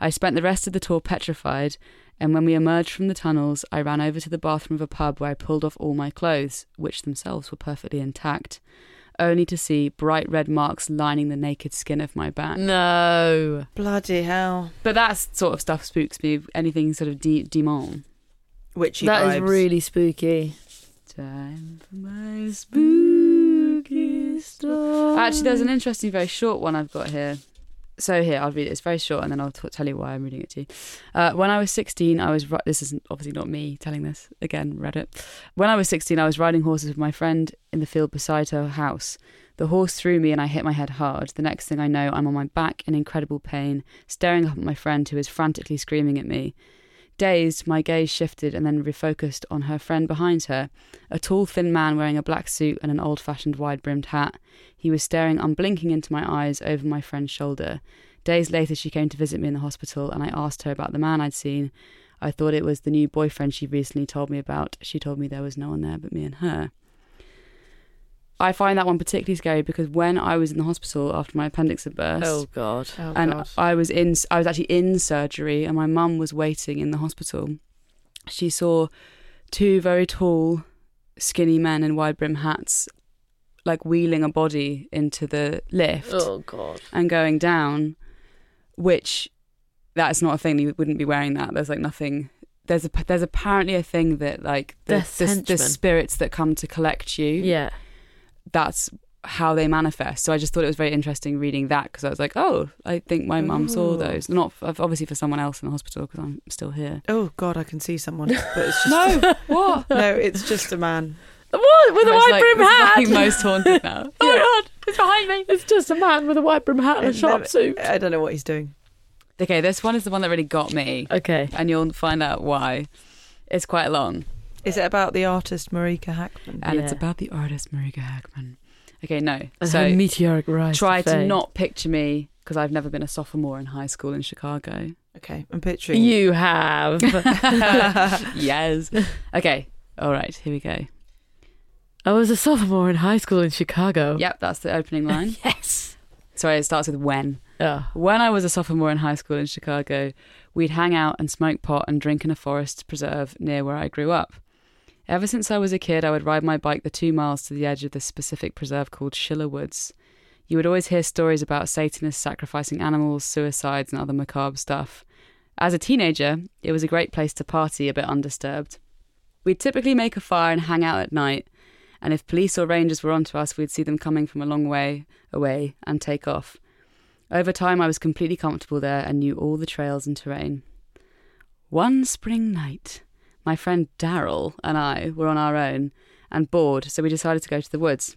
I spent the rest of the tour petrified, and when we emerged from the tunnels, I ran over to the bathroom of a pub where I pulled off all my clothes, which themselves were perfectly intact, only to see bright red marks lining the naked skin of my back.
No.
bloody hell!
But that sort of stuff spooks me. Anything sort of de- demon.
Witchy
That is
vibes.
really spooky.
Time for my spooky
story.
Actually, there's an interesting, very short one I've got here. So here, I'll read it. It's very short, and then I'll t- tell you why I'm reading it to you. Uh, when I was 16, I was ri- this is obviously not me telling this again. Reddit. When I was 16, I was riding horses with my friend in the field beside her house. The horse threw me, and I hit my head hard. The next thing I know, I'm on my back in incredible pain, staring up at my friend who is frantically screaming at me. Dazed, my gaze shifted and then refocused on her friend behind her, a tall, thin man wearing a black suit and an old fashioned wide brimmed hat. He was staring unblinking into my eyes over my friend's shoulder. Days later, she came to visit me in the hospital and I asked her about the man I'd seen. I thought it was the new boyfriend she recently told me about. She told me there was no one there but me and her. I find that one particularly scary because when I was in the hospital after my appendix had burst,
Oh God.
Oh,
and
God.
I was in I was actually in surgery and my mum was waiting in the hospital. She saw two very tall skinny men in wide brim hats like wheeling a body into the lift
Oh God.
and going down which that's not a thing you wouldn't be wearing that there's like nothing there's a there's apparently a thing that like the,
Death's
the, the
henchmen.
spirits that come to collect you
Yeah.
that's how they manifest. So I just thought it was very interesting reading that because I was like, oh, I think my mum saw
Ooh.
those. Not f- obviously for someone else in the hospital because I'm still here.
Oh God, I can see someone, but it's just
No, what?
no, it's just a man.
What with a
It's
white
like-
brim
it's
hat?
Like most haunted now.
Oh my God! It's behind me. It's just a man with a white brim hat and a
It
sharp
never-
suit.
I don't know what he's doing.
Okay, this one is the one that really got me,
Okay.
and you'll find out why. It's quite long,
Is it about the artist Marika Hackman?
and it's
Yeah.
about the artist Marika Hackman. Okay, no.
And her
so
meteoric rise.
try to
fame.
not picture me because I've never been a sophomore in high school in Chicago.
Okay, I'm picturing.
You have.
yes. Okay. All right. Here we go.
I was a sophomore in high school in Chicago.
Yep, that's the opening line.
Yes.
Sorry, it starts with when.
Oh.
When I was a sophomore in high school in Chicago, we'd hang out and smoke pot and drink in a forest preserve near where I grew up. Ever since I was a kid, I would ride my bike the two miles to the edge of this specific preserve called Schiller Woods. You would always hear stories about Satanists sacrificing animals, suicides, and other macabre stuff. As a teenager, it was a great place to party a bit undisturbed. We'd typically make a fire and hang out at night, and if police or rangers were onto us, we'd see them coming from a long way away and take off. Over time, I was completely comfortable there and knew all the trails and terrain. One spring night, my friend Daryl and I were on our own and bored, so we decided to go to the woods.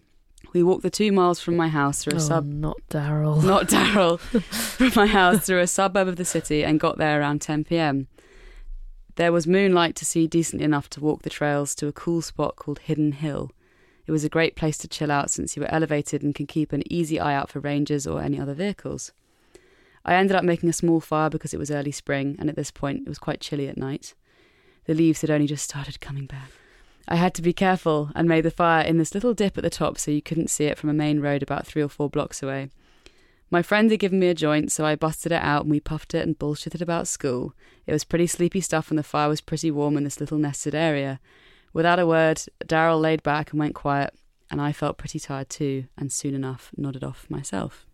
We walked the two miles from my house through a
Oh,
sub.
not Daryl.
Not Daryl, from my house through a suburb of the city and got there around 10 pm. There was moonlight to see decently enough to walk the trails to a cool spot called Hidden Hill. It was a great place to chill out since you were elevated and can keep an easy eye out for rangers or any other vehicles. I ended up making a small fire because it was early spring and at this point it was quite chilly at night. The leaves had only just started coming back. I had to be careful and made the fire in this little dip at the top so you couldn't see it from a main road about three or four blocks away. My friend had given me a joint, so I busted it out and we puffed it and bullshitted about school. It was pretty sleepy stuff, and the fire was pretty warm in this little nested area. Without a word, Darrell laid back and went quiet, and I felt pretty tired too, and soon enough nodded off myself.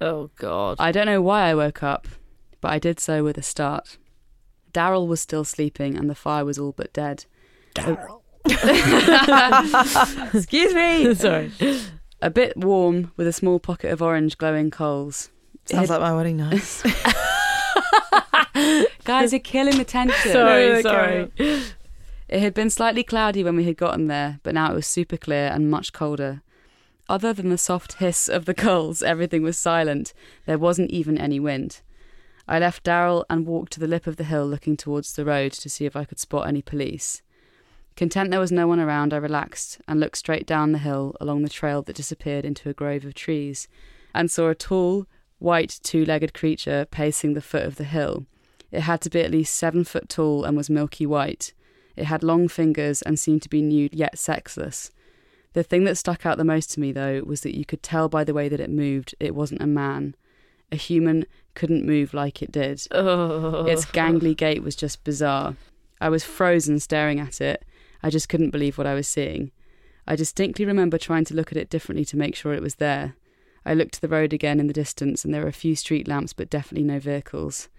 Oh God.
I don't know why I woke up, but I did so with a start. Darrell was still sleeping, and the fire was all but dead. Darrell. Excuse me.
Sorry.
A bit warm, with a small pocket of orange glowing coals.
Sounds like my wedding night.
Guys are killing the tension.
sorry.
no,
sorry.
It had been slightly cloudy when we had gotten there, but now it was super clear and much colder. Other than the soft hiss of the gulls, everything was silent. There wasn't even any wind. I left Darrell and walked to the lip of the hill looking towards the road to see if I could spot any police. Content there was no one around, I relaxed and looked straight down the hill along the trail that disappeared into a grove of trees and saw a tall, white, two legged creature pacing the foot of the hill. It had to be at least seven foot tall and was milky white. It had long fingers and seemed to be nude yet sexless. The thing that stuck out the most to me, though, was that you could tell by the way that it moved it wasn't a man. A human couldn't move like it did.
Oh.
Its gangly gait was just bizarre. I was frozen staring at it. I just couldn't believe what I was seeing. I distinctly remember trying to look at it differently to make sure it was there. I looked to the road again in the distance, and there were a few street lamps, but definitely no vehicles.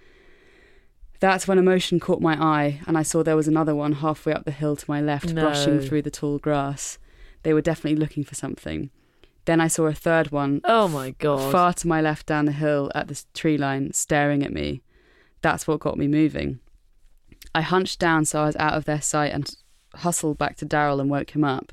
That's when emotion caught my eye, and I saw there was another one halfway up the hill to my left,
No.
brushing through the tall grass. They were definitely looking for something. Then I saw a third one,
Oh my God.
far to my left down the hill at the s- tree line, staring at me. That's what got me moving. I hunched down so I was out of their sight and hustled back to Darrell and woke him up.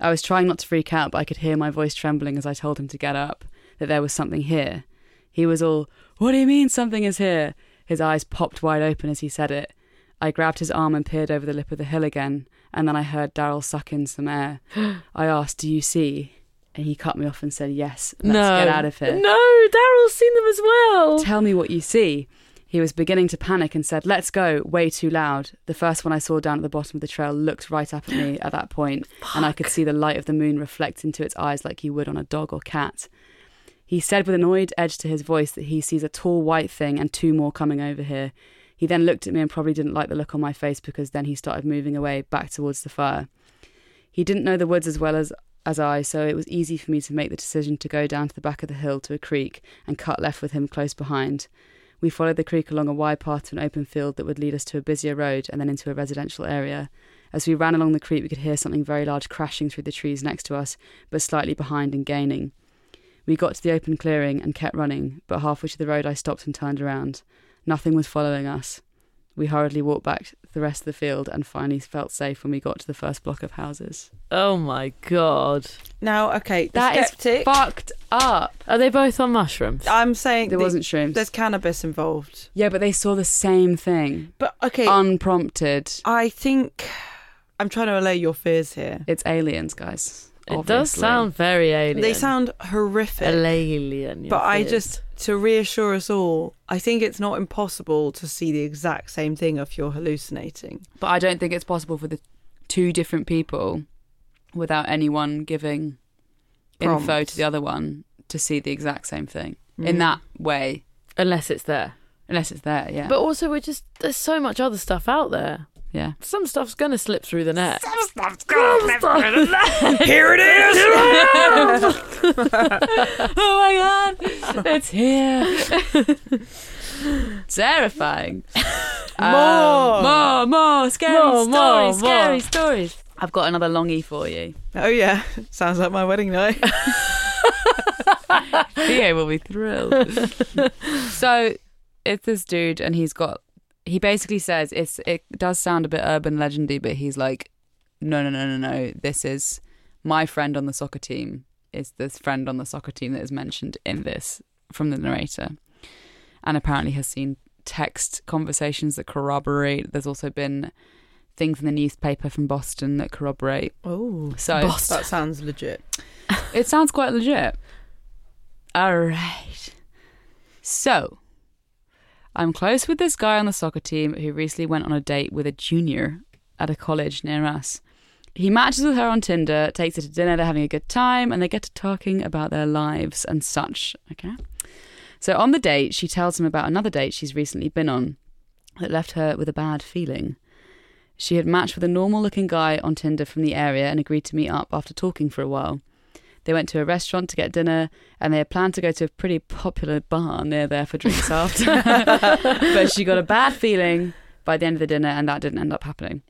I was trying not to freak out, but I could hear my voice trembling as I told him to get up, that there was something here. He was all, What do you mean something is here? His eyes popped wide open as he said it. I grabbed his arm and peered over the lip of the hill again, and then I heard Darrell suck in some air. I asked, Do you see? And he cut me off and said, Yes, let's
no.
get out of here.
No, Daryl's seen them as well.
Tell me what you see. He was beginning to panic and said, Let's go, way too loud. The first one I saw down at the bottom of the trail looked right up at me at that point, and I could see the light of the moon reflect into its eyes like you would on a dog or cat. He said with an annoyed edge to his voice that he sees a tall white thing and two more coming over here. He then looked at me and probably didn't like the look on my face because then he started moving away back towards the fire. He didn't know the woods as well as, as I, so it was easy for me to make the decision to go down to the back of the hill to a creek and cut left with him close behind. We followed the creek along a wide path to an open field that would lead us to a busier road and then into a residential area. As we ran along the creek, we could hear something very large crashing through the trees next to us, but slightly behind and gaining. We got to the open clearing and kept running, but halfway to the road, I stopped and turned around. Nothing was following us. We hurriedly walked back to the rest of the field and finally felt safe when we got to the first block of houses.
Oh my God.
Now, okay, the
That is
skeptic.
Fucked up.
Are they both on mushrooms?
I'm saying
There
the-
wasn't shrooms.
There's cannabis involved.
Yeah, but they saw the same thing.
But okay,
Um, Unprompted.
I think I'm trying to allay your fears here.
It's aliens, guys.
It does
Obviously.
sound very alien.
They sound horrific.
alien. your
but I
fears.
just to reassure us all, I think it's not impossible to see the exact same thing if you're hallucinating.
But I don't think it's possible for the two different people without anyone giving info
Prompts.
to the other one to see the exact same thing
Mm.
in that way.
unless it's there.
Unless it's there, yeah.
But also, we're just there's so much other stuff out there.
yeah.
Some stuff's gonna slip through the net.
Here it is.
Oh my god. it's here. Terrifying. Uh,
More.
more, more, scary
More,
stories,
more,
scary
more.
stories. I've got another longy for you.
oh yeah, sounds like my wedding night.
Theo will be thrilled. so it's this dude, and he's got. He basically says it's. It does sound a bit urban legendy, but he's like, no, no, no, no, no. This is my friend on the soccer team. Is this friend on the soccer team that is mentioned in this from the narrator, and apparently has seen text conversations that corroborate. There's also been things in the newspaper from Boston that corroborate.
Oh,
So
that sounds legit.
it sounds quite legit. All right. So, I'm close with this guy on the soccer team who recently went on a date with a junior at a college near us. He matches with her on Tinder, takes her to dinner, they're having a good time, and they get to talking about their lives and such. Okay. So, on the date, she tells him about another date she's recently been on that left her with a bad feeling. She had matched with a normal looking guy on Tinder from the area and agreed to meet up after talking for a while. They went to a restaurant to get dinner, and they had planned to go to a pretty popular bar near there for drinks after. but she got a bad feeling by the end of the dinner, and that didn't end up happening.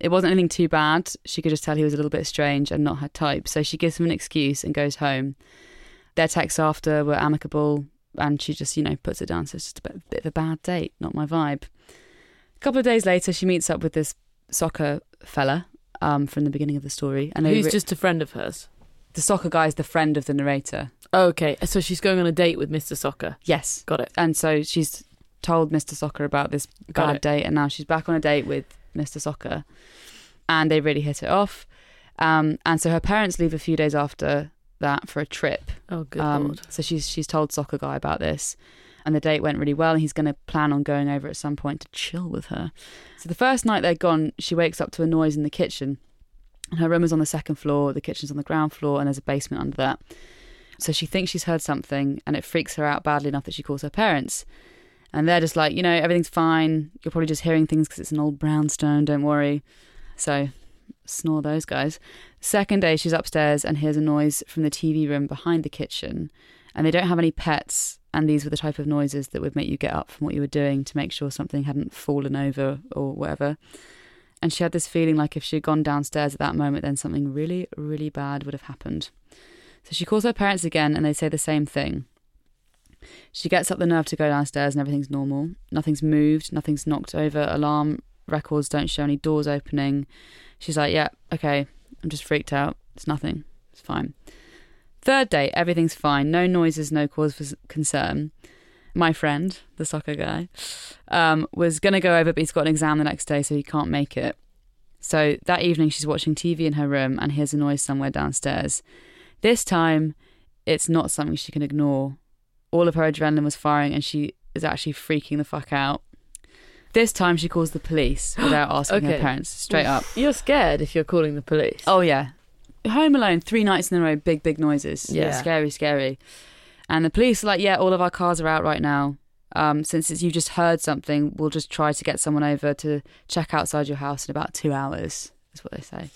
It wasn't anything too bad. She could just tell he was a little bit strange and not her type. So she gives him an excuse and goes home. Their texts after were amicable, and she just, you know, puts it down. So it's just a bit, bit of a bad date, not my vibe. A couple of days later, she meets up with this soccer fella um, from the beginning of the story. And they
Who's
re-
just a friend of hers?
the soccer guy is the friend of the narrator.
Okay, so she's going on a date with Mr. Soccer.
Yes.
Got it.
And so she's told Mr. Soccer about this
Got
bad
it.
date, and now she's back on a date with Mr. Soccer, and they really hit it off. Um, and so her parents leave a few days after that for a trip.
Oh, good
Um,
lord.
So she's she's told Soccer Guy about this, and the date went really well. And he's going to plan on going over at some point to chill with her. So the first night they're gone, she wakes up to a noise in the kitchen. And her room is on the second floor, the kitchen's on the ground floor, and there's a basement under that. So she thinks she's heard something, and it freaks her out badly enough that she calls her parents. And they're just like, you know, everything's fine. You're probably just hearing things because it's an old brownstone. Don't worry. So snore those guys. Second day, she's upstairs and hears a noise from the TV room behind the kitchen and they don't have any pets. And these were the type of noises that would make you get up from what you were doing to make sure something hadn't fallen over or whatever. And she had this feeling like if she had gone downstairs at that moment, then something really, really bad would have happened. So she calls her parents again and they say the same thing. She gets up the nerve to go downstairs and everything's normal. Nothing's moved, nothing's knocked over, alarm records don't show any doors opening. She's like, yeah, okay, I'm just freaked out. It's nothing, it's fine. Third day, everything's fine. No noises, no cause for s- concern. My friend, the soccer guy, um, was going to go over, but he's got an exam the next day, so he can't make it. So that evening, she's watching TV in her room and hears a noise somewhere downstairs. This time, it's not something she can ignore. All of her adrenaline was firing, and she is actually freaking the fuck out. This time, she calls the police without asking her
Okay.
parents, straight up.
You're scared if you're calling the police.
Oh yeah, Home Alone, three nights in a row, big big noises. Yeah,
Yeah.
scary, scary. And the police are like, yeah, all of our cars are out right now. Um, since it's, you just heard something, we'll just try to get someone over to check outside your house in about two hours. Is what they say.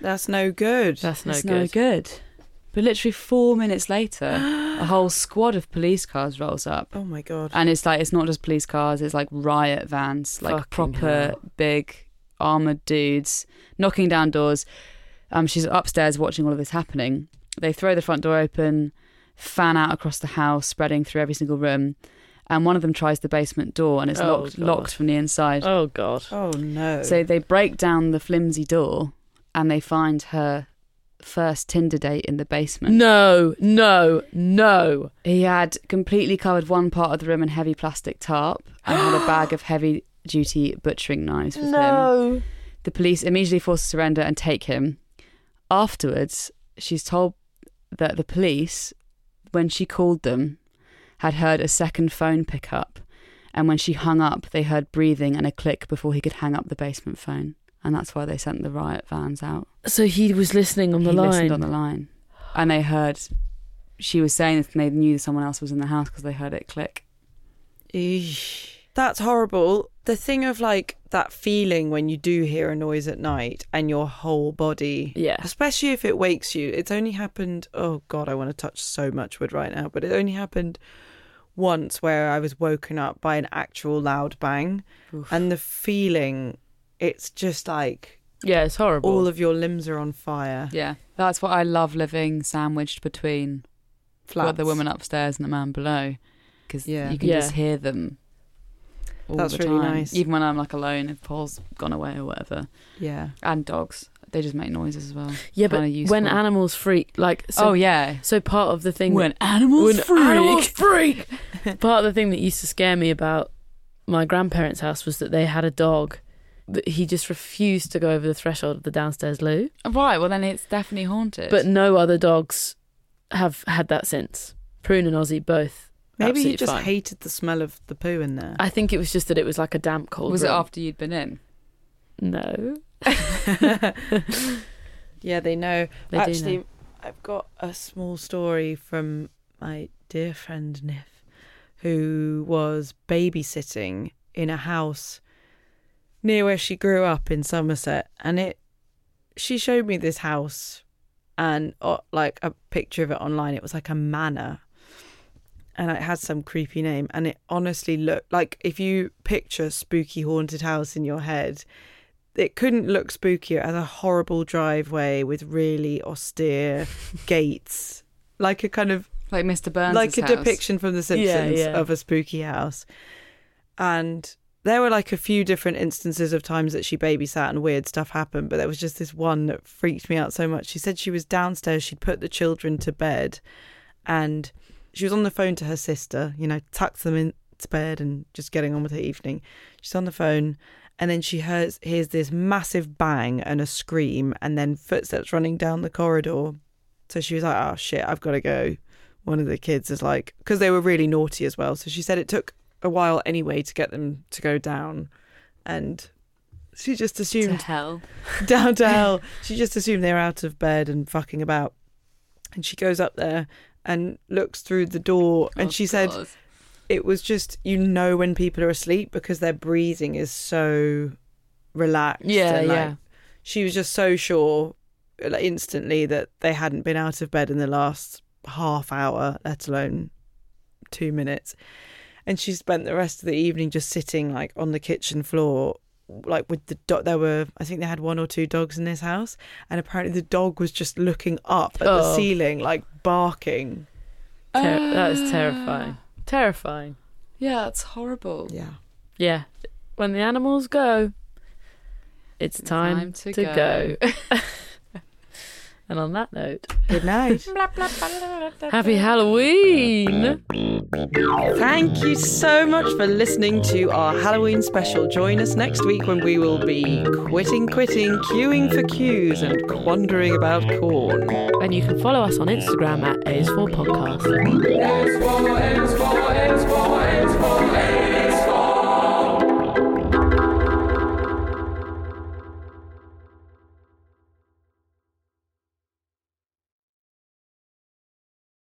That's no good.
that's no
It's
good.
no good. But literally four minutes later, a whole squad of police cars rolls up.
oh my god.
And it's like it's not just police cars, it's like riot vans, like
Fucking
proper
hell.
big armored dudes knocking down doors. Um, she's upstairs watching all of this happening. They throw the front door open, fan out across the house, spreading through every single room. And one of them tries the basement door and it's
Oh,
locked
God.
locked from the inside.
Oh god.
Oh no.
So they break down the flimsy door and they find her first Tinder date in the basement.
No, no, no.
He had completely covered one part of the room in heavy plastic tarp and had a bag of heavy duty butchering knives with him. The police immediately force surrender and take him. Afterwards, she's told that the police, when she called them, had heard a second phone pick up. And when she hung up, they heard breathing and a click before he could hang up the basement phone. And that's why they sent the riot vans out.
So he was listening on the
he
line.
listened on the line. And they heard she was saying this and they knew someone else was in the house because they heard it click.
Eesh. That's horrible. The thing of like that feeling when you do hear a noise at night and your whole body,
yeah.
especially if it wakes you, it's only happened. Oh God, I want to touch so much wood right now, but it only happened once where I was woken up by an actual loud bang and the feeling, it's just like
Yeah, it's horrible.
all of your limbs are on fire.
Yeah. That's what I love living sandwiched between
got the
Flats.
woman upstairs and the man below because
Yeah.
you can
Yeah.
just hear them. All
That's
the
really
time.
nice.
Even when I'm like alone, if Paul's gone away or whatever,
Yeah.
and dogs, they just make noises as well.
Yeah, but
Kinda useful.
when animals freak, like so,
oh yeah,
so part of the thing
when animals
when
freak.
animals freak. Part of the thing that used to scare me about my grandparents' house was that they had a dog that he just refused to go over the threshold of the downstairs loo.
Right. Well, then it's definitely haunted.
But no other dogs have had that since. Prune and Ozzy both.
Maybe he
Absolutely
just
fine.
hated the smell of the poo in there.
I think it was just that it was like a damp cold.
was it
room.
after you'd been in?
No.
yeah, they know.
They
Actually,
do know.
I've got a small story from my dear friend Niff, who was babysitting in a house near where she grew up in Somerset, and it. She showed me this house, and uh, like a picture of it online. It was like a manor, and it had some creepy name. And it honestly looked like if you picture spooky haunted house in your head, it couldn't look spookier as a horrible driveway with really austere gates, like a kind of
Like Mr. Burns.
like a
house.
depiction from The Simpsons
yeah.
of a spooky house. And there were like a few different instances of times that she babysat and weird stuff happened, but there was just this one that freaked me out so much. She said she was downstairs, she'd put the children to bed, and she was on the phone to her sister, you know, tucked them in to bed and just getting on with her evening. She's on the phone. And then she hears, hears this massive bang and a scream, and then footsteps running down the corridor. So she was like, oh shit, I've got to go. One of the kids is like, because they were really naughty as well. So she said it took a while anyway to get them to go down. And she just
To
assumed
hell.
down to hell. She just assumed they were out of bed and fucking about. And she goes up there and looks through the door. And
Oh,
she said
God.
it was just, you know, when people are asleep because their breathing is so relaxed.
Yeah,
and, like,
yeah.
she was just so sure like, instantly that they hadn't been out of bed in the last half hour, let alone two minutes. And she spent the rest of the evening just sitting like on the kitchen floor, like with the dog. There were, I think they had one or two dogs in this house, and apparently the dog was just looking up at the
Oh.
ceiling, like barking.
Ter- that is
Ah.
terrifying. Terrifying.
Yeah, it's horrible.
Yeah.
Yeah. When the animals go, it's time, to, go. and on that note,
Good night.
happy Halloween.
Thank you so much for listening to our Halloween special. Join us next week when we will be quitting, quitting, queuing for cues, and quandering about corn.
And you can follow us on Instagram at AS4Podcast.
It's for, it's for, it's for.